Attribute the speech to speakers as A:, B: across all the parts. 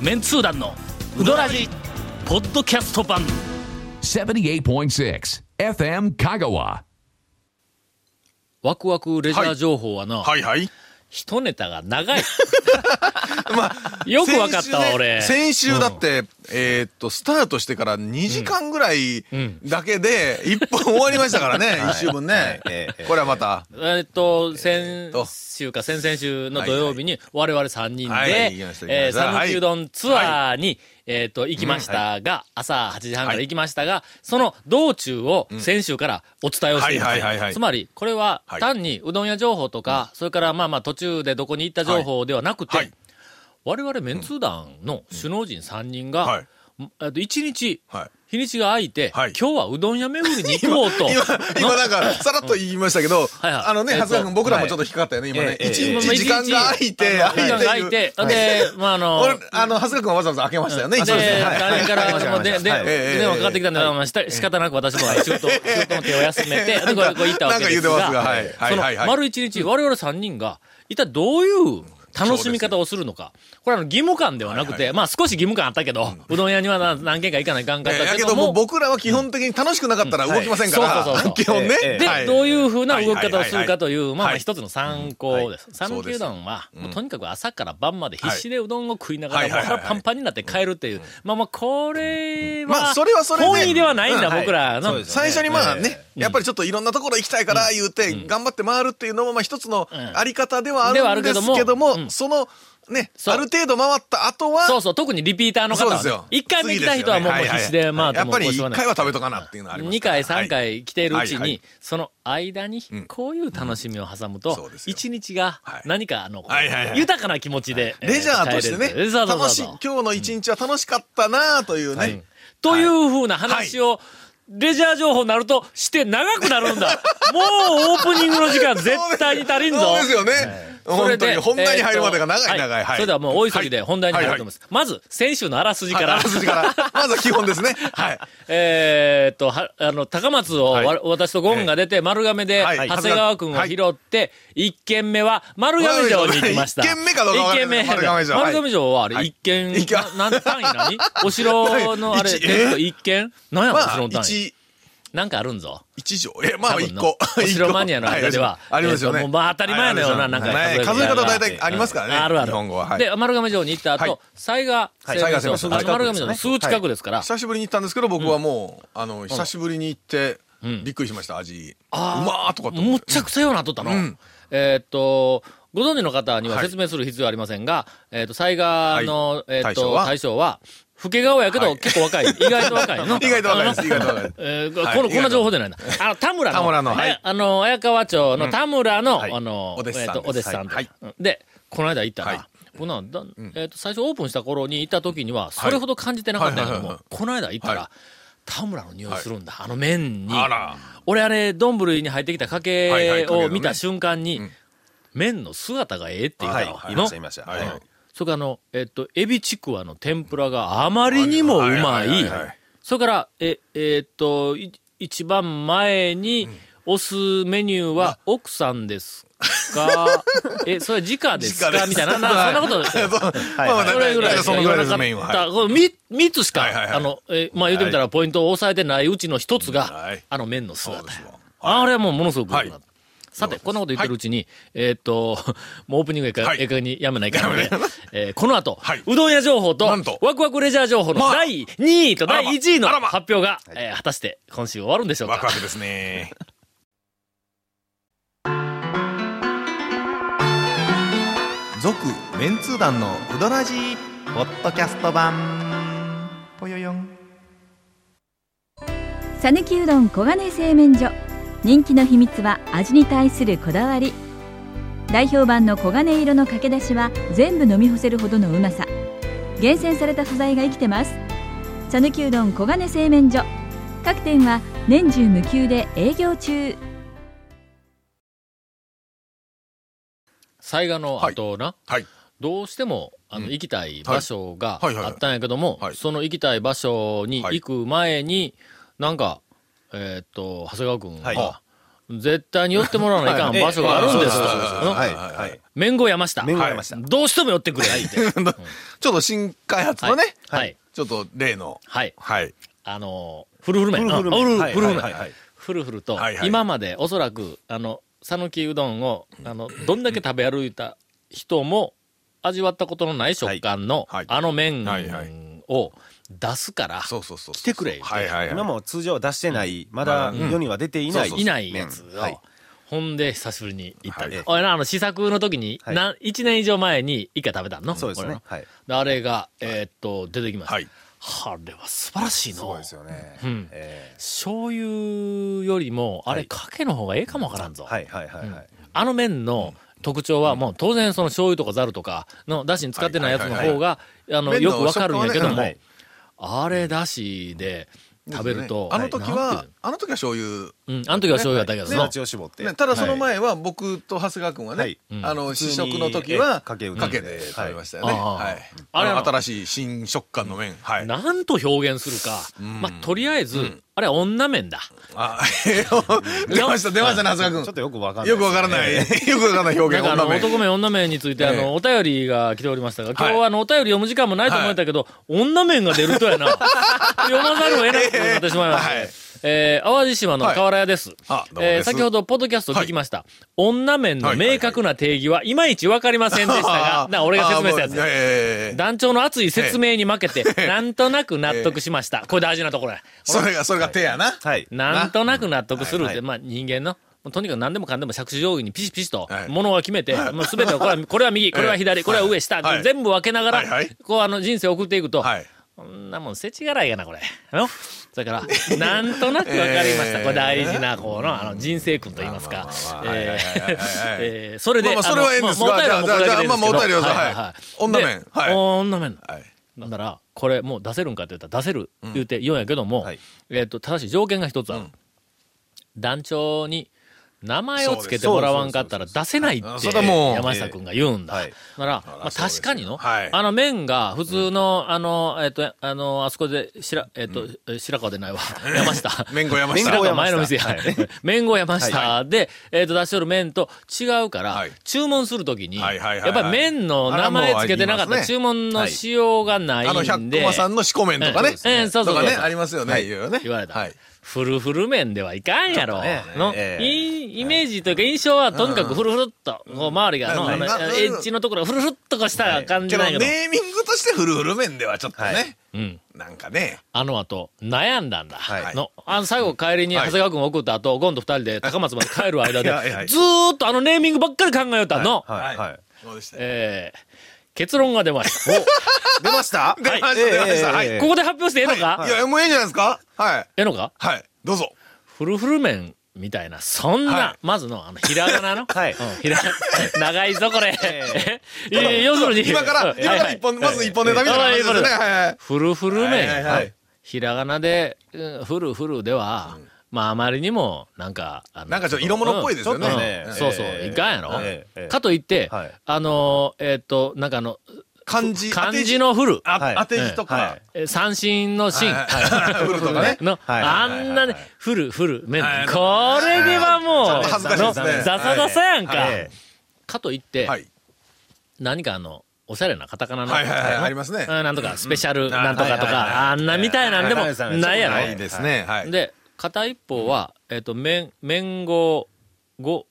A: メンツー団のウドラジポッドキャスト版
B: 78.6 FM Kagawa.
A: ワクワクレジャー情報はな、
C: はいはい。
A: 一ネタが長い
C: まあ、
A: よくわかったわ
C: 先週ね
A: 俺
C: 先週だって、えーっと、スタートしてから2時間ぐらいだけで、1本終わりましたからね、1週分ね。これはまた、
A: えっと先
C: と
A: 週か先々週の土曜日に我々3人で、
C: はい行きました
A: えー
C: 行きました
A: 讃岐うどんツアーに、えっと行きましたが、朝8時半から行きましたが、その道中を先週からお伝えをしています、
C: はいはいはいはい
A: つまりこれは
C: はい
A: 単にうどん屋情報とか、それからまあまあ途中でどこに行った情報ではなくて、
C: はい
A: 我々メンツー団の首脳陣3人が、
C: はい
A: んえっと1日、
C: はい
A: 日にちが空いて、
C: はい
A: 今日はうどん屋巡りに行こうと。
C: 今、今なんか、さらっと言いましたけど、
A: いはい
C: あのね、
A: えーっと
C: 初川君僕らもちょっと引っかかったよね、今ね。
D: えー
C: 一
A: まあまあ
C: 日時間が空
A: 一日
C: いて、
A: 時間が空
C: 空
A: い
C: い
A: て
C: て。、
A: で、まああの、
C: 俺、あの、長谷川君はわざわざ開けましたよね、
A: で、
C: 一日ねはい
A: 誰から、
D: はい
A: そので、で、
D: はい
A: 電話かかってきたんで、まあした仕方なく私も仕事、仕事の手を休め て、で、こうこう行ったわけです
C: なんか言うてますがは
A: が、
C: いはい
A: その
C: はいは、い
A: 丸一日、我々三人が、一体どういう、楽しみ方をするのか。これはあの義務感ではなく
C: はいは
A: て、まあ少し義務感あったけど、うどん屋にはな何軒か行かないかんかっ
C: えー
A: た
C: や
A: け
C: け
A: ど
C: どもう
A: も、
C: 僕らは基本的に楽しくなかったら動きませんか
A: はいそうそうそ
C: ら、
A: う
C: 基本ね
D: えーえ。ー
A: で、
C: はい
A: どういうふうな動き方をするかとい
C: は
A: う、ま
C: い
A: あま
C: は
A: あ
C: い
A: 一つの参考です。
C: そ
A: 讃
C: う
A: 岐
C: です
A: うどんは、もうとにかく朝から晩まで必死でうどんを食いながら、
C: はい
A: もう腹パンパンになって帰るっていう。まあまあ、これは、
C: まあそれはそれで
A: 本意ではないんだ、
C: うんはい
A: 僕らの。
D: そうですよ
C: 最初にまあね、
A: うん
C: やっぱりちょっといろんなところ行きたいから言うて、頑張って回るっていうのもまあ一つの
A: うん
C: あり方では
A: ではあ
C: ある
A: る
C: ん
A: け
C: で
A: ど
C: す
A: も
C: けども、
A: うん
C: そのね、
A: そう
C: ある程度回った後は、
A: そうそう、特にリピーターの方
C: そ
A: は
C: うで
A: ね、
C: すよ。
A: 一回目来た人はもうもう
C: 次
A: 必
C: す
A: 死
C: よね
A: で、まあ、
C: はいはいはい
A: でもこ
C: やっぱ
A: うし
C: り
A: ょうが
C: 一回
A: な
C: はい食べとかなっていうのはあります
A: 2回3
C: はい
A: 回来ているうちに、
C: はいはい
A: その間に
C: うん
A: こういう楽しみを挟む
C: うん
A: と
C: そうですよ
A: 一、日が
C: はい
A: 何かあの、
C: はいはいはい
A: 豊かな気持ちで、え
C: レジャーとしてね
A: 帰れるそうそうそう
C: 楽しい今日の一日は楽しかったなあというね、
A: はいというふうな話を、レジャー情報になるとして長くなるん だもうオープニングの時間絶対に足りんぞ
C: そうですよね、
A: それ
C: 本当
A: で
C: に本題に入るまでが長い
A: えーと
C: 長い、はい
A: それではもう大急ぎで本題に入ると思い
C: ま
A: ます。まず、先週のあらすじ
C: す
A: から。
C: からまずは基本ですねはい
A: えーっと、は、あの、高松をわ、
C: はい
A: 私とゴンが出て、丸亀で、
C: はい
A: 長谷川君を拾って、一軒目は丸亀城に行きました。
C: 一軒目かどうかわかんない
A: 一軒目
C: 丸亀城はい
A: 丸亀城はあれ、
C: はい
A: 一軒、
C: 一軒
A: ななん単位 何お城のあれ、
C: 一
A: えっと一軒なんやろ、お
C: ま
A: 城
C: あ
A: の単位。
C: 一
A: なんかあるんぞ。
C: 一条え、まあ
A: 多分
C: 一
A: な
C: 個。。
A: お城マニアの間では
C: ありますよ
A: え
C: ね。
A: っともうまあ当たり前のような、なんか
C: はい数え方大体ありますからね。
A: あるある。
C: 日本語は。はい
A: で、丸亀城に行った
C: はい
A: 後、西賀製
C: はい
A: 麺
C: 西
A: 所、
C: 賀製
A: あの
C: 麺所
A: 丸亀城のすぐ近くですから、
C: 久しぶりに行ったんですけど、僕はもう、あの、久しぶりに行って、びっくりしました、味。う
A: あー
C: まーとかって思
A: む
C: っ。
A: ってちゃくちゃようなっとったの。
C: うん
A: えーっと、ご存知の方には説明する必要はありませんが、えーっと、災害の、えーっ
C: 大将
A: と、
C: は
A: 大将は、老け顔やけど、
C: はい
A: 結構若い。 意外と若いの。
C: 意外と若いです
A: あの
C: 意外と若い
A: えー
C: はい
A: この、
C: 意外と
A: こんな情報じゃない な。あの、田村の、
C: 田村のはい
A: えあの、綾川町の田村の、
C: はい
A: あの、
C: お弟子さん
A: えーっと、お
C: で
A: 弟子
C: す
A: さんと
C: はい
A: で、この間行ったら、
C: はい
A: こんなんだえーっと、最初オープンした頃に行った時には、それほど感じてなかったんやけども、
C: はいはいはい
A: この間行ったら、
C: は
A: 田村の匂いするんだ。あの麺に。
C: あら。
A: 俺あれ、丼に入ってきたか
C: はいはい
A: け
C: かけのね
A: を見た瞬間に、麺の姿がええって言うた
D: はい
A: わ、
D: はい
A: の、
D: いました
C: はい
D: はい
A: それからあの、えっと、エビちくわの天ぷらがあまりにもうま
C: はいはい
A: い
C: はいはい。
A: それから、え、えっと、い一番前に押すメニューは奥さんです かえ、それ直ですか
C: 直です
A: みたいな、なそんなことです よ。
C: まあまあ、
A: それぐらい
C: そのぐらいです、メイ
A: 言
C: ン
A: わ
C: は。
A: な
C: は
A: かっ
C: い
A: た。このみ三つし
C: はいはいはい
A: か、あの、えまあ言うてみたらポイントを抑えてないうちの一つ
C: は
A: が
C: い、
A: あの麺の姿
C: そうです
A: や
C: よ。
A: あれはもうものすごく良くなった
C: は
A: さて、こんなこと言ってるうちに、えーっと、 もうオープニングええか
C: はい
A: ええ加減にやめないからね
C: やめな。
A: えーこの後
C: はい、
A: うどん屋情報と
C: なんと、
A: ワクワクレジャー情報の
C: まあ
A: 第2位と第1位の
C: あらま
A: 発表が、えー果たして今週終わるんでしょう
C: ワク
A: か
C: ワ。クですね。
D: 続メンツー団のウドラジポッドキャスト版ぽよよん
E: さぬきうどん黄金製麺所人気の秘密は味に対するこだわり代表版の黄金色のかけだしは全部飲み干せるほどのうまさ厳選された素材が生きてます「さぬきうどん黄金製麺所」各店は年中無休で営業中
A: 災害の後な、
C: はい。
A: どうしても、あの、
C: うん
A: 行きたい場所が
C: はいはいはい
A: あったんやけども、
C: はい
A: その行きたい場所に行く前に、なんか、えーっと、長谷川君が、
D: はい
A: 絶対に寄ってもらわないかん場所があるんですと。うん
D: はいはい。
A: 面後山下。
D: 面後山下
A: どうしても寄ってくれ。言うて
C: ちょっと新開発のね、
A: はいはい
C: ちょっと例の、
A: はい。
C: はい。
A: あの、フルフル麺。
D: フルフル麺
A: うん
D: はい
A: フルフル
D: はいはいは
A: 麺
D: い。
A: フルフルと
C: はい、はい
A: 今までおそらく、あの、讃岐うどんを、あの、どんだけ食べ歩いた人も味わったことのない食感の、
C: はいはい
A: あの麺
C: はいはい
A: を出すから、
C: そうそうそうそう。
A: 来てくれ
C: はいはい
D: 今
C: はい。
D: も通常は出してない、まだ
C: うん
D: 世には出ていない。
A: いないやつ
D: うんはい
A: を。ほんで、久しぶりに行った
C: はい。
A: 俺な、あの、試作の時に、
D: はい
A: な、1年以上前に一回食べたの
D: そうです
A: 俺
D: ね
A: の。
D: はい。
A: であれが、えーっと、出てきました。
C: はい。
A: あれは素晴らしいの。
D: すごいですよね。
A: うん
D: え
A: 醤油よりも、あれ、かけの方がええかもわからんぞ。
D: ーはいはいはい
A: うん
D: はい。
A: あの麺の特徴は、もう当然その醤油とかザルとかのだしに使ってないやつの方が、あの、
C: 麺の
A: よくわかるんやけど
C: 食感
A: も
C: はね、
A: あれだしで食べると、
C: あの時
A: なん
C: は
A: ていう、
C: あの時は醤油。
A: の、うん、あの時は醤油だったけど
D: 育
A: な
D: ちを絞って。
C: ね、ただその前は僕と長谷川君はね、
D: はい
C: あの
D: 普通に
C: 試食の時は
D: えかけうどん
C: かけで食べましたよね、
A: はいああ
C: はい
A: あ
C: あ
A: れ
C: の新しい新食感の麺、はい
A: なんと表現するか。まあ、とりあえず、あれは女麺だ。
C: あ 出ました出ましたね長谷川
D: ちょっ
C: 君
D: とよくわかんない。
C: よくわからない、 よくわからない表
A: なんか
C: 現
A: あの、
C: 女麺
A: 男麺、女麺について、あ
C: ええ
A: の、お便りが来ておりましたが、今
C: は
A: 日
C: い
A: はあの、お便り読む時間もないと思えたけど、女麺が出るとや な。読まざるを得なくなってしまいましたね。
C: ええはい
A: えー淡路島の
C: はい
A: 河原屋です。
C: あどうも
A: えー
C: です
A: 先ほど、ポッドキャスト聞きました。女麺の明確な定義はいまいちわかりませんでした が、な、俺が説明したや
C: あもうい
A: つ。
C: えいや
A: 団長の熱い説明に負 けて、なんとなく納得しました。これ大事なところや。
C: それがそれが手やな、
D: はい。
A: なんとなく納得するっ
D: は
A: て、
D: い
A: まあ人間の、もうとにかく何でもかんでも着手定規にピシピシと
C: は、い
A: ものを決めて、もう全てを、こ れは、これは右、これは左、これは上、下、
C: はい
A: 全部分けなが
C: はいは
A: ら
C: い、
A: こうあの人生を送っていくと、
C: はい
A: こんなもん、せちがらいやな、これ。あのそれ から、なんとなく分かりました。
C: えー
A: これ大事な、この、あの、人生訓と言いますか。えー
C: はいはいはい
A: えーそれで、
C: まあまあそれはええんですが
A: あのもうもうお便りはもうこれだけでいいんですけどは
C: じゃあじゃあまあ
A: い
C: お便りをさはい
A: で
C: 女面はい
A: 女面。
C: はい
A: なんなら、これもう出せるんかって言ったら出せる言うて言うんやけども、
D: はい
A: えっと、ただし条件が一つある。
C: うん
A: 団長に名前をつけてもらわんかったら出せないって
C: そうですそうですそうですそれはもう
A: 山下君が言うんだ。
D: ええはい
A: なら、
C: ら
A: まあ、
C: そうです
A: 確かにの、
C: はい
A: あの麺が普通の、あの、えっ、と、あの、あそこで、しら、えっ、と、え白川で ないわ。山下。
C: 麺後山下
A: 白川前の店や。
D: はい
A: 麺後山下で、えっ、と、出しとる麺と違うから、
C: はい
A: 注文するときに、
C: はいはいはいは
A: やっぱ
C: い
A: り麺の名前つけてなかっ
C: あらも
A: た
C: うありますね
A: 注文のしようがないんで。
C: あの百駒さんの四股麺とかね、
A: ええええそうそうそう
C: とかねありますよね、いろいろね
A: 言われた。
C: はい
A: フルフル麺ではいかんやろ。
D: ね
A: の、
D: ええ
A: いイメージというか印象はとにかくフルフルっと、こう周りが、の、
C: うん
A: あの
C: うん
A: エッジのところがフルフルっとこうした感
C: け
A: じ
C: ど
A: なんやけど。
C: ネーミングとしてフルフル麺ではちょっとね、
D: はい
A: うん。
C: なんかね
A: あの後、悩んだんだ。
D: はい
A: の、あの、最後帰りに長
C: はい
A: 谷川君送った後、ゴンと二人で高松まで帰る間で
C: いやいやい、や
A: ずーっとあのネーミングばっかり考えよったの。
D: はいはい。
C: そうでしたよ
A: えー結論が出ました。
D: 出ました
C: 出ました出ましたはい
D: ええ
A: ここで発表してええのか、
C: いやもうええんじゃないですかはい
A: ええのか
C: はいどうぞ
A: フルフル麺みたいな、そんな、
C: は
A: まずの、あの、ひらがな の、
D: はい
A: うんひら、長いぞ、これ。え
D: え
A: え要するに、
C: 今から、
A: うん
C: 今から一本、まず一本ネタみたいな話ですよね。
A: は
C: はいはいはい。
A: フルフル麺、
C: はいはいはい
A: ひらがなで、うんフルフルでは、まあ、あまりにも、なんか、あの
C: なんかちょっと色物っぽいですよね
A: うん
D: ちょっとね
A: うんそうそう、
D: ええ
A: いかんやろ、
D: ええ
A: かといって、
D: はい
A: あのー、えっ、と、なんかあの、
C: 漢字、
A: 漢字のフル、
C: 当て字。
D: はい
C: あ当て字とか
D: は。
A: えー三振の芯、
C: はい フルとかね。
A: の、
D: はい
A: あんなね
D: はい、
A: フル、フル、メン
C: はい
A: これではもう、
C: ちょっと恥ずかしいですね
A: のザサザサやんか。
D: え
A: かといって
C: は、い。
A: 何かあの、おしゃれなカタカナの、
C: はいはいはい
A: あの
C: ありますね
A: うんなんとか、スペシャルなんとかと
D: はいはいはい
A: か、あんなみたいなんでも
D: はいはいはい
A: ないや
C: は
D: は
A: ろ
C: いですね。はい。
A: で、片一方は、えっと、麺、麺号、ご、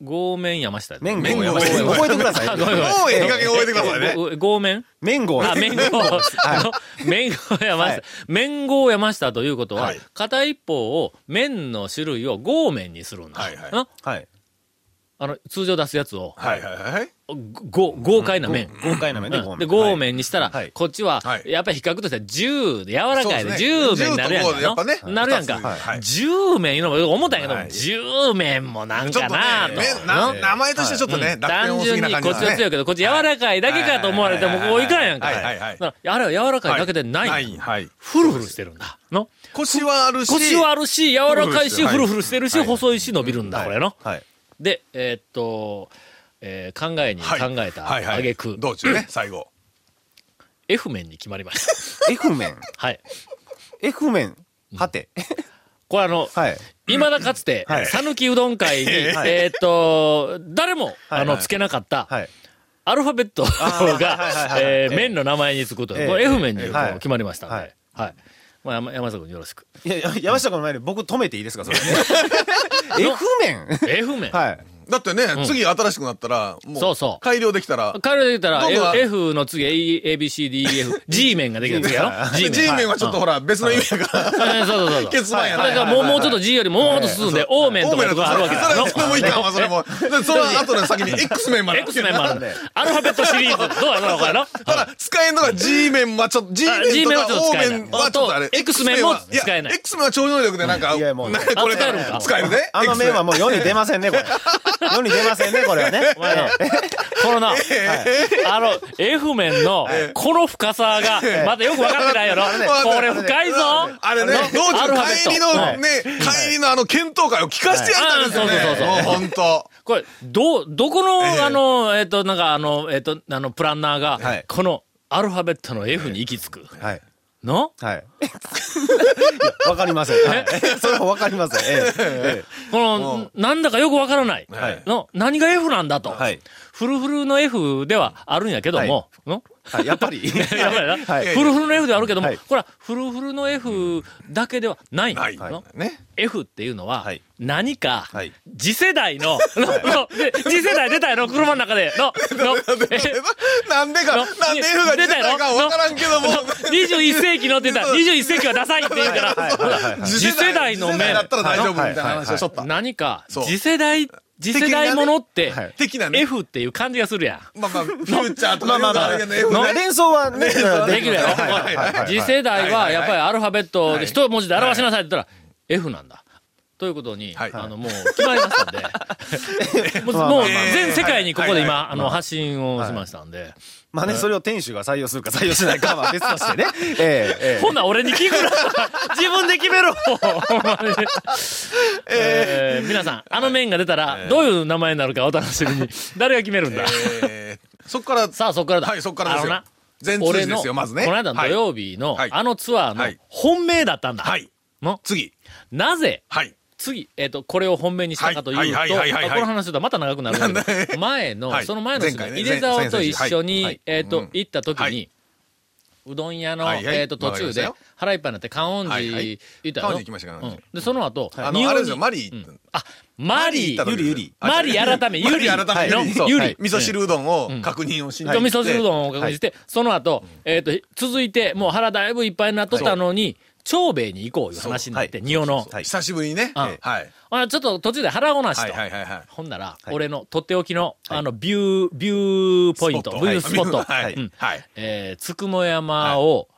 A: ご麺山下や
D: え麺
C: 麺
D: 号
C: 号
D: 覚えてくださ
A: あ
D: い
A: ご。めんごめん
C: もうええ加減覚えてくださいね。
A: ごご麺
D: 麺号
A: あ、麺号、あの 麺号山
D: は
A: 下
D: い。
A: 麺号山下ということは
C: はい、
A: 片一方を麺の種類を合麺にするんだ
C: はいはい。
A: な
D: はい。
A: あの、通常出すやつを、
C: はいはいはい。
A: ご豪快な麺。
D: 豪快な麺で
A: うんで、
D: 豪
A: 豪
D: 麺。
A: 麺にしたら
D: はい、
A: こっちは
C: は、い
A: やっぱり比較としては10、柔らかい
C: そう
A: で
C: です
A: 10
C: ね
A: 麺になるやん
C: 10とこうやっ
A: か
C: ぱね。
A: のなるやんか
C: 二つはい。
A: 10麺いうのも思ったんやけど、
C: はい
A: 10麺もなん
C: ちょっ
A: か
C: と
A: な
C: ね、
A: と。
C: 麺
A: な
C: な名前としてちょっとね、楽天
A: 単
C: 多す
A: 純
C: ぎな
A: に
C: 感
A: こ
C: じ
A: っちは強いけど、こっち柔らかいだけかと思われても、
C: はい
A: こういかんやんか。
C: はいはいは
A: だ
C: い
A: からあれは柔らかいだけでな
C: はいい。。はい。
A: フルフルしてるんだ。の
C: 腰はあるし。
A: 腰はあるし、柔らかいし、
C: フルフルしてるは
A: フルフルしてる
C: い
A: し、
C: はい
A: 細いし、伸びるんだ、これの。
D: はい。
A: で、えーっと、えー考えに考
C: はい
A: えた
C: はいはい
A: 挙句、
C: 道中ね、最後。
A: F 面に決まりました。
D: F 麺。
A: はい。
D: F 麺。はて。
A: これあの、
D: はい。
A: いまだかつて
D: は、い
A: 讃岐うどん会に、
D: はい
A: えーっと、誰も、
D: はい
A: あの、つけなかった、
D: はい。
A: アルファベット
D: ーはいはい
A: が、
D: はいはい
A: え
D: え
A: ー
D: え
A: 麺の名前につくという、
D: ええ
A: これ F 麺に
D: ええ
A: こ
D: は
A: う
D: い
A: 決まりましたんで、は
D: はいい。
A: まあ、山山下君よろしく。
D: いやいや、山下君の前で僕止めていいですか、それ。F 面
A: F 麺。
D: はい。
C: だってね、次新しくなったら、もう、
A: そうそう
C: 改良でき たら、
A: 彼らで言ったら
C: どんどん
A: F, F の次 A, B, C, D, E, F、G 面ができるんですよ。G 面。
C: G 面はちょっとほら、別の意味やから、
A: はい。そうそうそうそう。
C: 結論やな
A: だからもう、もうちょっと G よりももうちょっと進んで、O 面とかいう
C: だ
A: とこがあるわけだ
C: それそれもいいかも、それも。でその後の先に X 面まで。
A: X 面もあるんだよアルファベットシリーズ。どうやろうこれの。
C: ただ、使えんのが G 面はちょっと、G
A: あ G
C: 面
A: 面は
C: と
A: ちょっ
C: か
A: と
C: O
A: 使えない
C: 面はちょっとあれ
A: あ。と X 面も使えない
C: や X 面は超能力でなんか、
D: いやもう
C: なんかこれ
A: あ使えるんか
C: 使えるね。
D: あの
C: X 面
D: 面はもう世に出ませんね、こ れ。世に出ませんね、これはね。
A: お前の、このな、あの、F 面の、この深さが、まだよくわかってないや ろ。これ深いぞ。
C: あれね、道
A: アルファ
C: 中
A: ベット
C: 帰りの
A: はい
C: ね、帰りのあの検討会を聞かせてやったんですよね
A: はいあーそうそうそう。
C: もう本当。
A: これ、どう、どこの、
C: ええ
A: あの、えっ、と、なんか、あの、えっ、と、あの、プランナーが、
D: はい
A: この、アルファベットの F に行き着く。
D: はい。
A: の
D: はい。いやわかりません。はいそれはわかりません。えええ
A: この、なんだかよくわからない。
D: はい
A: の、何が F なんだと。
D: えはい。
A: フルフルの F ではあるんやけども、の
D: はいやっぱり。
A: やばいな。
D: はい
A: フルフルの F ではあるけども、
D: はい
A: これはフルフルの F だけではない。
C: ない。
A: の
C: ね。
A: F っていうのは
D: はい、
A: 何か
D: はい、
A: 次世代 の、ので次世代出たやろ、車の中で。の、の、え
C: なんでか、
A: の
C: なんで F が出てたかわからんけども、
A: 21世紀のって言ったら、21世紀はダサいって言うから、
D: はいはいはいはい
A: 次世代の
C: 次世代
A: 面
C: だったら大丈夫み
D: はい
C: たいな話をしとった。
A: 何か、
C: そう
A: 次世代、次世代ものって、
D: はい
C: 的なね。
A: F っていう感じがするやん。
C: まあまあ、フューチャーと
D: ま
C: か
D: あまあまあ。
C: いうのるけど F ね
D: まあ連想はね、できます
A: できるやろ
D: はいはいはい
A: 次世代はやっぱりアルファベットで一文字で表しなさいって言ったら F なんだ。ということに、
C: はい
A: あの、もう決まりましたんで、もう
D: まあまあ
A: も
D: ま
A: う
D: あ
A: 全世界にここで今、
C: は
A: あの、発信をしましたんで、
D: まあね、それを店主が採用するか採用しないかは別としてね。ええええ
A: ほんなら俺に聞く な自分で決めろほんまにえー皆さん、あの面が出たら、どういう名前になるかお楽しみに。誰が決めるんだ
C: えーそっから、
A: さあ、そこからだ。
C: はい、そっからです
A: あのな
C: よ。全通
A: 俺
C: じ
A: の、
C: ですよ、まずね。
A: この間の土
C: はい
A: 曜日の、
C: はい
A: あのツアー
C: は
A: の
C: い
A: 本命だったんだ。
C: はい。
A: の
C: 次。
A: なぜ、
C: はい。
A: 次、えっ、と、これを本命にしたかというと、
C: はいはいはいはいはい
A: まあこの話だとまた長くなるんだ けど、前の、
C: はい
A: その前の
C: 前
A: 人、
C: 回ね
A: 井出沢と一緒に、
C: はい
A: えっ、と、
C: うん
A: 行った時に、
C: はい
A: うんうどん屋の、
C: はいはい
A: えっ、と、途中で
C: わかりまし、
A: 腹いっぱいになって、観音寺
C: はいはい
A: 行ったよ
C: 観音寺行きました観音寺
A: うんで、その後、日
C: あの、
A: 本
C: あれで
A: に
C: すよ、マリー行った
A: あ、マリー、
C: マ行った時です
D: ゆりゆり
C: あ
A: マリー改め
C: マリー
A: ゆり
C: 改め
A: の
C: ゆりそう
A: ゆり
C: はい味噌汁うどんを確認をしに
A: と
C: 行っ
A: 味
C: て
A: 噌汁うどんを確認して、その後、えっ、と、続いて、もう腹だいぶいっぱいになっとったのに、長兵衛に行こういう話になって、
D: そう
A: 仁王の。
D: はい
C: 久しぶりにね。
A: うん
C: はい。はい
A: あちょっと途中で腹ごなしと。
C: はいはいはい。
A: ほんなら、
D: い
A: 俺のとっておきの、あの、ビュー、ビューポイント、ビュースポット。
C: はい。
A: うん
C: はい。
A: えー、つくも山を、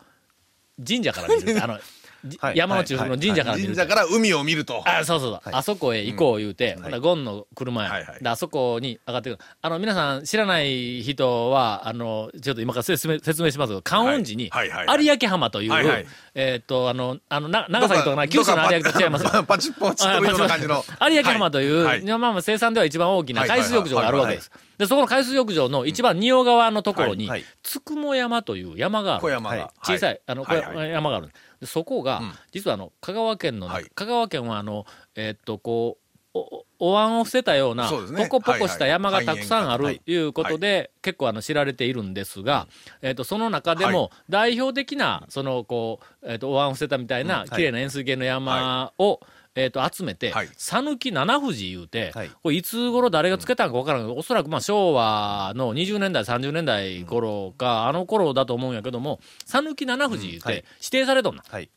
A: 神社から見る。あの、じ
D: はい
A: 山の中腹の神社から見る
C: 神。社から海を見ると。
A: あ、そうそうそう。
D: はい
A: あそこへ行こう言うて、ほんならゴンの車
C: は
A: や
C: いは。い
A: で、あそこに上がってくる。あの、皆さん知らない人は、あの、ちょっと今から説明説明しますけど、観音寺に、
C: はいはいはい
A: 有明浜という、
C: はいはい
A: えーっと、あの、あの、な長崎とかな、九州の有明と違います
C: どっ。 かパチッポチッというような感じの。
A: 有明浜という、
C: はいはい
A: まあまあ生産では一番大きな海水浴場があるわけです。で、そこの海水浴場の一番仁王側のところに、
D: はいはい
A: つくも山という山がある。
C: 小山
D: は
C: が。
A: 小さ、
C: はい
A: あの、これ
C: はいはい
A: 山がある。でそこが、
C: うん
A: 実はあの、香川県の中、
C: はい
A: 香川県はあの、えーっと、こう、お、おお椀を伏せたような、
C: そうですね
A: ポコポコした山が
C: はいは
A: た
C: い
A: くさんあ
C: は
A: る
C: い
A: ということで、結構あの、知られているんですが、えーっと、その中でも、代表的な、その、こう、えーっと、お椀を伏せたみたいな、綺麗な円錐形の山を、えーっと、集めて
C: はい、
A: 讃岐七富士言うて、
D: はい
A: これいつ頃誰がつけたんか分からんけど、おそらくまあ昭和の20年代、30年代頃か、あの頃だと思うんやけども、讃岐七富士言って、
D: うんはい
A: 指定されとんな。
D: はい。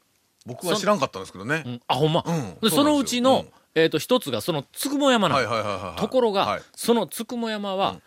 C: 僕は知らんかったんですけどね
A: う。ん、あ、ほんま。
C: うん
A: でそ
C: そうなんですよ
A: のうちの、
C: うん
A: えっ、と、一つがそのつくも山なの、
C: はいはいはいはい。
A: ところが、
C: はい
A: そのつくも山は、
C: うん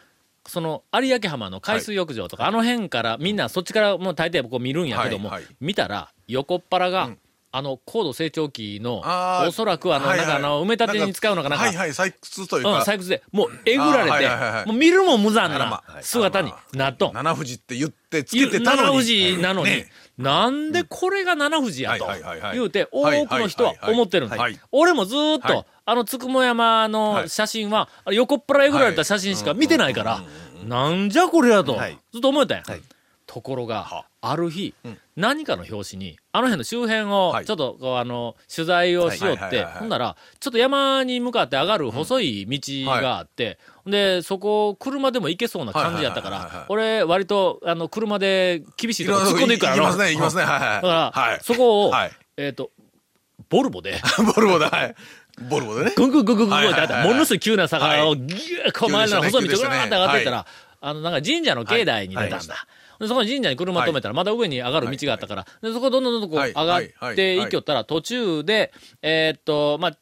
A: その有明浜の海水浴場とか、あの辺からみんなそっちからもう大抵こう見るんやけども、
C: はいはい
A: 見たら横っ腹が、
C: うん
A: あの高度成長期の
C: あー
A: おそらくあの、
C: はいは
A: ないんかあの埋め立てに使うのかなんか、
C: はいはい、採掘という
A: うん、
C: か。
A: 採掘で、もうえぐられ
C: あーは
A: て、
C: いはいはい
A: もう見るも無残
C: あら
A: な
C: ま
A: 姿になっとん。
C: 七富士って言ってつけてたのに。
A: 七富士なのに、
C: ね
A: なんでこれが七富士やと
C: はいはいはいはい
A: 言うて、多くの人は思ってるんだ
C: はいはいはいはい。
A: 俺もずーっ
C: は
A: と
C: い、
A: あの、つくも山の写真は、あれ横っ腹えぐられた写真しか見てないから、なんじゃこれやと
D: はい、
A: ずっと思えたんや
D: はい。
A: とところが
C: は、
A: ある日
C: うん、
A: 何かの表紙に、あの辺の周辺を
C: は、い
A: ちょっと、こう、あの、取材をしよう
C: は
A: っ
C: いはい
A: て、
C: はいはい
A: ほんなら、ちょっと山に向かって上がる細い道があって、で、そこ、車でも行けそうな感じやったか
C: はいはいはい
A: ら
C: は、い
A: 俺、割と、あの、車で厳しいとこ突っ込んでいくから
C: い
A: な
C: きますね、いきますね。はいはい。
A: だから、
C: はい。
A: そこを、
C: はい。
A: えっ、と、ボルボで、
C: ボルボで、はい。ボルボでね。
A: ぐんぐんぐんぐんぐんぐんってあっ
C: はいはいはい
A: た、
C: はい
A: ものすごい急な坂をぎゅーっこう前の細い道
C: 急で
A: を
C: し
A: ぐ
C: た
A: ら
C: ね
A: ーっと上がっていったら、あの、なんか神社の境内に出た
C: は
A: ん
C: い
A: だ。でそこの神社に車止めたら、まだ上に上がる道があったから、でそこどんどんどんどんこう
C: はい
A: 上がっていきよったら、途中で、えーっと、まあ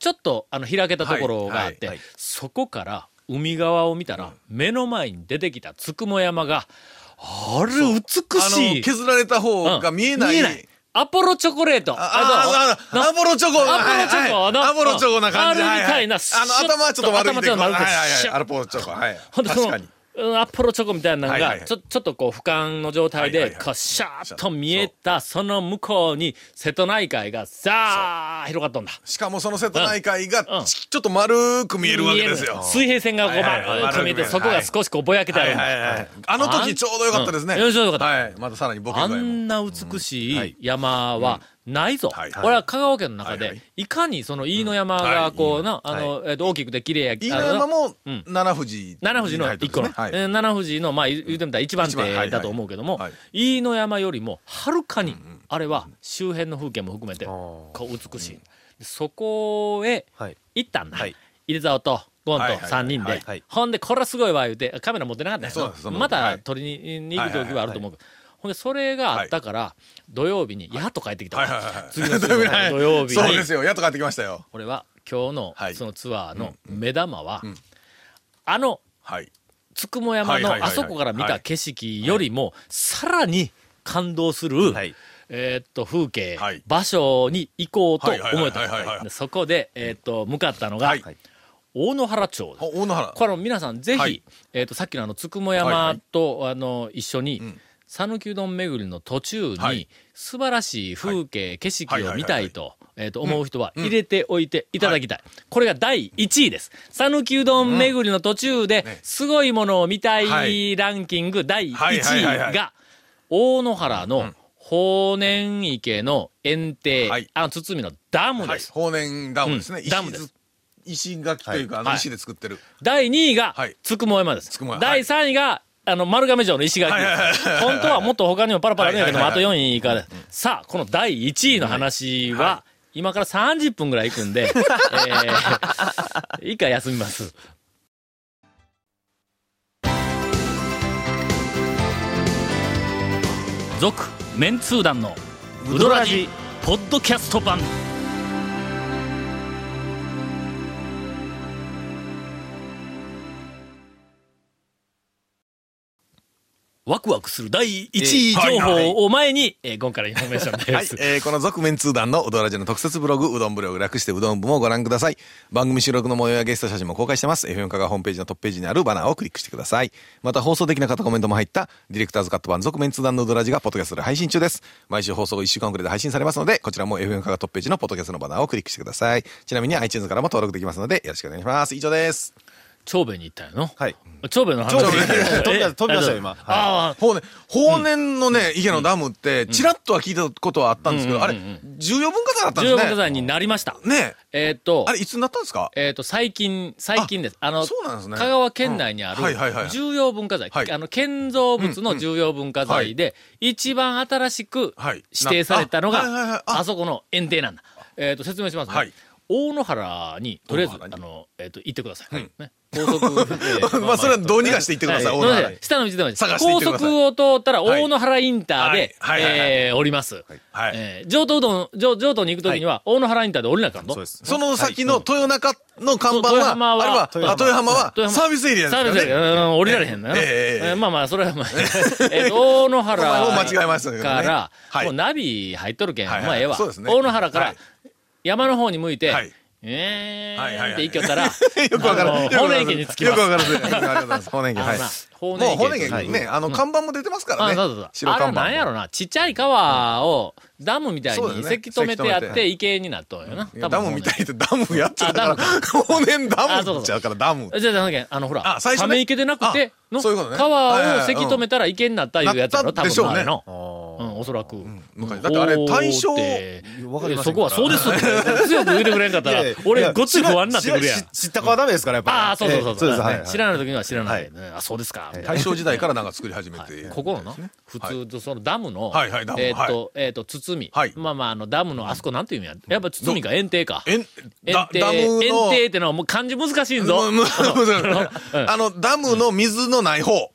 A: ちょっと、あの、開けたところがあっ
C: はい
A: て
C: はい、
A: そこから海側を見たら、目の前に出てきたつくも山が、あれ、美
C: あ
A: し
C: の、
A: い。
C: 削られた方が見えない。
A: アポロチョコレート。
C: ああ、ああ、アポロチョコ。
A: アポロチョコの
C: アポロチョコな感じ。
A: あれみたいな
C: ははあの、頭はちょっと悪いん
A: 頭
C: で。
A: ちょっと丸くて
C: はいはいはい
A: シュッ
C: アポロチョコ。はい。
A: ほんでそ
C: 確
A: の
C: かに。、
A: うんアッポロチョコみたいなの
C: はいはい
A: が、
C: はい
A: ちょちょっとこう、俯瞰の状態
C: はいは
A: で、
C: いはい
A: こう、シャーッと見えた、その向こうに、瀬戸内海が、さあ、広がっとんだ。
C: しかもその瀬戸内海
A: うん
C: が、ちちょっと丸く見えるわけです
A: 見え
C: よ
A: る。水平線がこう、
C: はいはいはい
A: まあ、見えて、そこが少しこう、ぼやけてあ
C: は
A: る
C: い
A: んだ
C: はいはい。あの時ちょうどよかったですね。
A: うんちょうどよかった
C: はい。またさらにボケ具
A: あ
C: 合も。
A: んな美しい山はないぞ。
C: はい
A: 俺は香川県の中
C: はいは
A: で
C: い、
A: いかにその飯野山がこうな、あの、えっと大きくて綺麗や、
C: 飯
A: あ
C: 野
A: の
C: 山も
A: うん、
C: 七富士。
A: 七富士の一個の、
C: はい。
A: えー七富士の、まあ、言言うてみたら一番手
C: 一番はいはい
A: だと思うけども、
C: はい
A: 飯野山よりもはるかに、あれは周辺の風景も含めて、こう美しい。そこへ
D: はい
A: 行ったんだ。
D: はい
A: 入沢とゴンと
C: はいはいはい
A: 3人で、
D: はいはい
A: ほんで、これはすごいわ、言うて、カメラ持ってなかったんや
C: そうですそ
A: な
C: の
A: ま
C: は
A: た
C: い
A: 撮りにに行く時はあると思うけど、ほんで、それがあったから、土曜日に、やっと帰ってきたわ、
C: はいはいはいはい。
A: 次の週の土曜日に。
C: そうですよ。やっと帰ってきましたよ。
A: 俺は今日の
C: はい
A: そのツアーの目玉は、
C: うん
A: あの
C: はい。
A: つくも山の
C: はいはいはいは
A: あ
C: い
A: そこから見た景色よりも、さらに感動する、
D: はい
A: えーっと、風景、
C: はい
A: 場所に行こうと思え
C: はいはいはいはい
A: た
C: は。い
A: でそこで、えーっと、向かったのが、
C: はい
A: 大野原町です
C: あ大野原。
A: これは皆さんぜひ、
C: はい
A: えーっと、さっきのあの、つくも
C: はいは
A: 山
C: い
A: と、あの、一緒に
C: うん、
A: 讃岐うどん巡りの途中に、
C: はい
A: 素晴らしい風景、景色を見たいと、えーっと、思う人は
C: うん
A: 入れておいていただきたい。これが第1位です。讃岐うどん巡りの途中で
C: ね、
A: すごいものを見た
C: はいい
A: ランキング第
C: はいはいはいは
A: 1位
C: い
A: が、大野原の法然池の園庭、
C: はい
A: あの、堤のダム
C: は
A: で
C: い
A: す。
C: 法然ダムですね。
A: うんダムです
C: 石づ石垣というか、あの
A: はい
C: 石で作ってる。
A: 第2位が
C: はい、
A: つくも山です。
C: つくも山
A: 第3位が、あの、丸亀城の石垣
C: はいはいはいはいはい
A: 本当はもっと他にもパラパラあるんやけども、
C: は
A: あ
C: い
A: と
C: はい
A: 4位以下で。さあ、この第1位の話は、今から30分ぐらい行くん で、えー、以下休みます。続、メンツー団の、ウドラジ、ポッドキャスト版。ワクワクする第1位情報を前に、えー、今からインフォメーションです。
C: はい、えーこの続面通談のうどらじの特設ブログ、うどんブログ略してうどん部もご覧ください。番組収録の模様やゲスト写真も公開してます。FM カがホームページのトップページにあるバナーをクリックしてください。また放送できなかったコメントも入った、ディレクターズカット版続面通談のうどらじがポッドキャストで配信中です。毎週放送後1週間遅れで配信されますので、こちらも FM カがトップページのポッドキャストのバナーをクリックしてください。ちなみに iTunes からも登録できますので、よろしくお願いします。以上です。
A: 長兵衛に行ったよの。
D: はい。
A: 長兵衛の話。
D: 長兵衛
A: え
D: 飛び出飛び出したよ
A: え
D: 今はい
A: あ
C: 法然、法然のね、池のダムって、ちらっとは聞いたことはあったんですけど、あれ、重要文化財だっ
A: あ、
C: たん
A: 重
C: です
A: 要
C: ね。
A: 文化財になりました。
C: ね
A: えーっと
C: あ、れ、いつになったんですか
A: えーっと、最近、最近です。あの、
C: そうなんですね
A: 香川県内にあ
C: うんはいはいは
A: る
C: い
A: 重要文化財、
C: はい
A: あの建造物の重要文化財で、一番新しく
C: はい
A: 指定されたのが、
C: なあはいはいはいあ
A: あそこの園庭なんだ。えーっと、説明しますね。
C: はい
A: 大野原に、とりあえず、あ
C: 大野原に
A: の、えーっと、行ってください。ね高速
C: まあまあ、それはどうにかしていってください、
A: はい
C: オーナー
A: どうぞ下の道でもいいです
C: 探していってください
A: 高速を通ったら大野原インターで、
C: はいはいはいはい
A: えー降ります。
C: はい
A: えー上東うどん、上上東に行くときには、大野原インターで降りなあかんの。
D: そうです。
C: その先の豊中の看板
A: そう豊
C: は、
A: 浜は
C: あれは、あ
A: 豊
C: 豊浜は
A: 豊浜
C: サービスエリアです
A: サー
C: か
A: ビ
C: ら
A: スエリ
C: ね。
A: アうん降りられへんのよな。
C: ええええ
A: えーまあまあ、それ はまあ、えっと、大野原
C: お前も間違えましたけどね
A: から、
C: はい
A: もうナビ入っとるけん、
C: はいはい
A: まあええわ。
C: そうですね
A: 大野原から
C: はい、
A: 山の方に向いて、
C: はい
A: え
C: はいはいは
A: ーって言
C: い
A: いきよったら、
C: よくわからん。
A: あの法然家に着きます
C: よくわからず。よくわからず。法然家、はい
A: あのな。法然家
C: もう法然
A: と
C: 家
A: いう
C: ね、あの、看板も出てますから
A: あ
C: ね。
A: そうそうそう
C: 白
A: あれ
C: 看
A: は
C: 板。
A: なんやろなちっちゃい川をダムみたい
C: そうだ
A: に
C: よね
A: せき止めてやっ
C: せき止め
A: て池になっとるよな、
C: いやダムみたい
A: い
C: ってダムやってたか
A: あ
C: ら、
A: ダ
C: 法然ダ
A: あそうそ
C: ム
A: う
C: っちゃうからダム。
A: じゃあじゃあなんかあのほら
C: あ最初ね
A: ため池でなくて
C: あ
A: の
C: そういうことねはいはい
A: 川
C: は
A: を
C: い
A: せき止めたら池になったいうやつやろ
C: なった
A: 多
C: でしょう
A: 分
C: ね
A: あれのう
C: あ
A: んおそらく、
C: 昔だってあれ大正
A: おーって
D: わかりま
A: そ
D: せん
A: こは
D: から
A: そうですって 強く言ってくれんかったら
D: いやいや
A: 俺ごっつい不安になってくるやん
D: 知ら知知ったかはダメですから、やっぱり。
A: ああそうそうそうそう,、
D: ええですはいはい。
A: 知らない時には知らない、ねあそうですかみたいな
C: 大正時代からなんか作り始め
A: はい
C: て。
A: ここのな、普通とそのダムの、
C: はいはいダム
A: えーっ、と、えーっ、と、堤、
C: はい
A: まあまあ、あの、ダムのあそこなんていうんや。やっぱ堤か、園庭か。
C: えん、
A: 園
C: ダ
A: 庭、
C: ダムの、
A: 園庭ってのはもう漢字難しいんぞ。
C: むむむ
A: うん
C: あの、ダムの水のない方。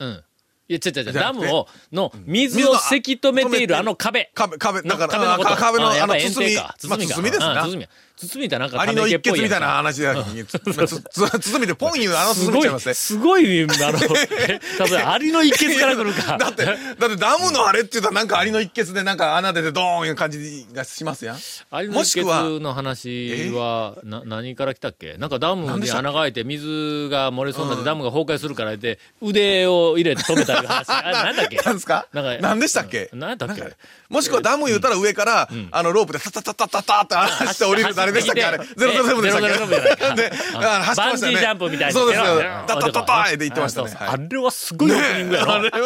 A: うん。いや、違う違う違う、
C: じゃ
A: ダ
C: なくて
A: ムを、の、水をせき止めているあの壁。
C: 壁、壁、
A: の
C: だから、
A: 壁の
C: あ
A: こと。
C: か壁の、
A: うんや
C: あ
A: っぱ
C: の、
A: 園
C: 包み、
A: 庭
C: ま
A: か。
C: あ、包
A: か。
C: みです
A: うん
C: な。
A: 包みや。包みってなんか、
C: ありの
A: ため池
C: 一
A: っぽ
C: 血みたいな
A: やんか。
C: 話で、つ つつ包みでポンいうあの
A: す
C: 包み
A: ご
C: ちゃいま
A: い、
C: すね。
A: すごい、あの、 え例えば、アリの一血から来るか。
C: だって、だってダムのあれって言ったらなんかアリの一血でなんか穴出てドーンいう感じがしますやん。
A: あれの
C: もし
A: 一
C: くは
A: 血の話は、な、何から来たっけなんかダムに穴が開いて、水が漏れそうになって、ダムが崩壊するからって、腕を入れて止めたり話。あれ、何だっけ
C: なんですか
A: なんか
C: 何でしたっけ
A: 何だっけ
C: なんかもしくはダム言うたら上から、あの、ロープでタタタタタタって走って降りる誰でしたっけあれ。ゼロゼロセブンでしたっ
A: ゼロゼロセブンじゃない
C: けで、あの走って
A: バ
C: ま
A: ン
C: し
A: ジ
C: た
A: ー
C: ね。
A: ジャンプみたいな。
C: そうです
A: ペロ
C: よ。
A: ッ
C: タタタタって言ってましたね。
A: あそうそう
C: は
A: あ
C: い
A: れはすごいオープニングやろ。
C: あれは、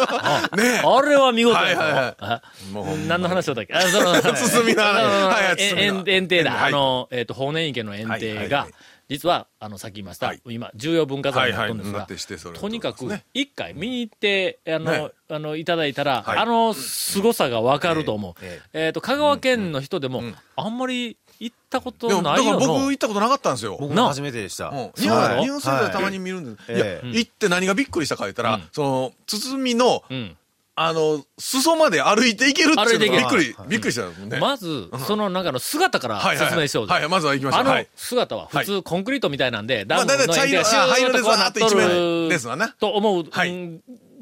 C: ね
A: あれは見事やぞ
C: はいはいはい
A: あ
C: もうほんまに
A: 何の話だったっけあ、その、
C: 包みの話はいはい
A: え
C: 包みの話
A: え園庭だ。あ
C: はい
A: の、えっと、法然池の園
C: はいは
A: 庭
C: いは
A: が
C: い、
A: 実は、あの、さっき言いました
C: はい、
A: 今、重要文化財になったんです
C: はいは
A: が
C: いなってしてそ、れ
A: とにか
C: そう
A: く
C: ですね、
A: 一回見に行って、あの
C: ね、
A: あの、いただいたら、
C: はい
A: あの、凄さがわかると思う
C: え。
A: えっと、香川県の人でも、あんまり行ったこと
C: でも、だ
A: な
C: か
A: い
C: ら
A: よ
C: 僕行
A: の。
C: ったことなかったんですよ。
D: 僕
A: な
D: も初めてでした。
C: うん
A: う
C: ニュ
A: なの
C: ーニュースでたまに見るんです。いや
D: ええ、
C: 行って何がびっくりしたか言った
A: う
C: ら
A: ん、
C: その、包みの、
A: うん。
C: あの、裾まで歩いていけるっていうのがびっく
A: 歩いてい
C: り、びっくりしたんですもんね。
A: まず、その中の姿から
C: はいはい
A: 説明しようぜ。
C: はい、まずは行きましょ
A: あ
C: う。は
A: の
C: い。
A: 姿は普通コンクリートみたいなんで、
C: ま
A: ダ
C: あ、
A: ムの
C: だいたい茶色、あ
A: シューッ
C: 灰色です
A: こう
C: わな、あと一
A: なっ
C: 面ですわな。
A: と思う、
C: はい
A: うん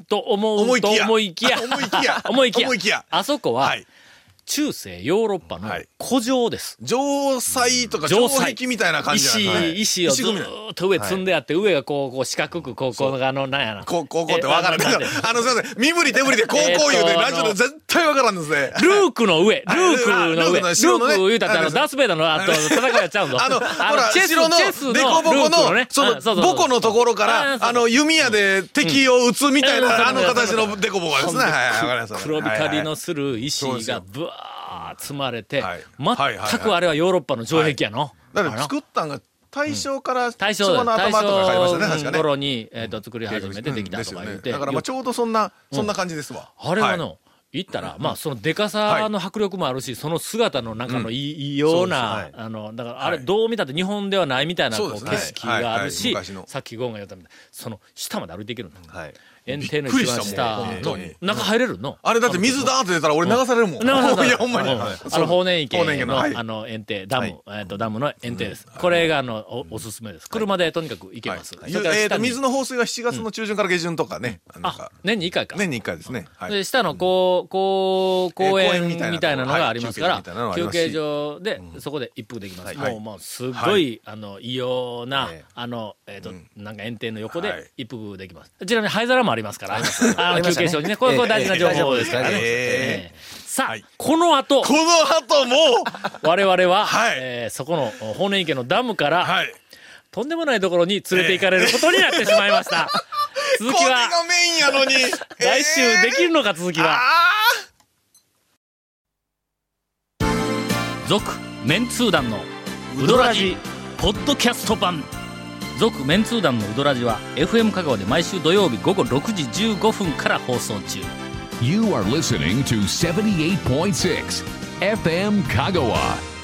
A: と思
C: 思
A: う
C: い
A: と
C: きや。、
A: 思いきや
C: 思いきや
A: 。思いきや
C: 思いきや。
A: あそこは
C: はい。
A: 中世ヨーロッパの
C: はい
A: 古城です。
C: 城塞とか
A: 城
C: 城
A: 塞
C: 壁みたいな感じ
A: 石、
C: なんで
A: 石をず
C: 石組みなの
A: ーっと上積んであって、上がこう、こう四角く、こう、こう、あの、なんやな。
C: こう、こう、こうってわからん。
A: え
C: だ
A: あ
C: か
A: の
C: ら
A: なんで
C: あの、すいません。身振り手振りで、こう、こう言
A: え
C: うて、
A: っと
C: ラジオで絶対わからんですね。
A: ルークの上、ルーク
C: あ
A: の上、
C: ルーク
A: ル
C: の
A: ー
C: 城のね
A: ク言うたってあ
C: あ
A: の、
C: の
A: ダースベイダーのあと戦いやっちゃうぞ。
C: あの、ほら、
A: チェス
C: 城の
A: チェス、
C: デコボ
A: ルー
C: コ
A: クのね
C: の、その、
A: うんううう
C: ボコのところか
A: あーそう
C: ら、
A: そう
C: あの、弓矢で敵を撃つみたい
A: うん
C: な、あの形のデコボコですね。はい、はいわかりました。
A: 黒光りの
C: はい
A: する石
C: そうです
A: が
C: よ
A: ぶわー積まれて、
C: はい
A: 全くあれはヨーロッパの城壁やの。
C: はいだって作ったんが、大正から
A: 大
C: 昭
A: 正
C: 和の
A: 大
C: 頭とか買いましたね、確
A: 正
C: かね。
A: 頃に、えっと作り始めてできたとか言っ
C: うんです
A: て、
C: よねだからまあちょうどそんな、そんな感じですわ。
A: あれは
C: い
A: の、行ったら、まあ、そのでかさの迫力もあるし、その姿の中のいい異様
D: そう
A: な
D: で、す
A: あの、だから、あれ、
C: はい
A: どう見たって日本ではないみたいな、
C: そ
A: こ
C: うで
A: う、
C: す
A: 景
C: ね
A: 色があるし
C: はいはい昔の、
A: さっきゴンが言ったみたいに、その、下まで歩いていけるんだ。
D: はい。
A: 園庭の
C: びっく
A: 一
C: りした
A: 番下
C: もう本
A: の
C: 当に、
A: 中入れるの
C: あれだって水だーって出たら俺流されるもん。
A: なるほど。
C: いや、ほんまに。
A: うあの、法然池
C: 法然池
A: の、
C: のはい
A: あの、園庭、ダム、
D: はい
A: えっと、ダムの園庭です。これが、あの、お、おすすめです。車でとにかく行けます。
C: はい
A: それから
C: えー
A: 下
C: と、
A: に
C: 水の放水は7月の中旬から下旬とかね。なん
A: あ
C: か、
A: 年に1回か。
C: 年に1回ですね。はい
A: で、下のこう、こう、公
C: えー公
A: 園
C: 園
A: み
C: みたいなとこ
A: たいなのがありますか
C: はい休憩所みたいなの
A: ら、
C: があり
A: 休
C: ますし
A: 憩所で、そこで一服できます。
C: はい
A: もう、もう、すっご、
C: はい
A: あの、異様な
D: ええ、
A: あの、えっと、なんか園庭の横
C: は
A: で
C: い
A: 一服できます。ちなみに灰皿もありますから、あ
D: あ
A: の、
D: りま
A: 休
D: した
A: 憩
D: ね
A: 所にね、これ、これ大事な情報ですから
D: ええ
A: ね。
D: え
A: え
D: え
A: えさ
C: は
A: あ
C: い、
A: この後
C: こ、の後も、
A: 我々は、
C: はい
A: えーそこの法然池のダムから、
C: はい。
A: とんでもないところに連れて行かれることになってしまいました。続
C: こ
A: き
C: れ
A: は、
C: がメインやのに。
A: 来週できるのか続きは、
C: あ
A: 続、メンツー団のウドラジ、ポッドキャスト版。続、メンツー団のウドラジは、FM 香川で毎週土曜日午後6時15分から放送中。
B: You are listening to 78.6 FM Kagawa.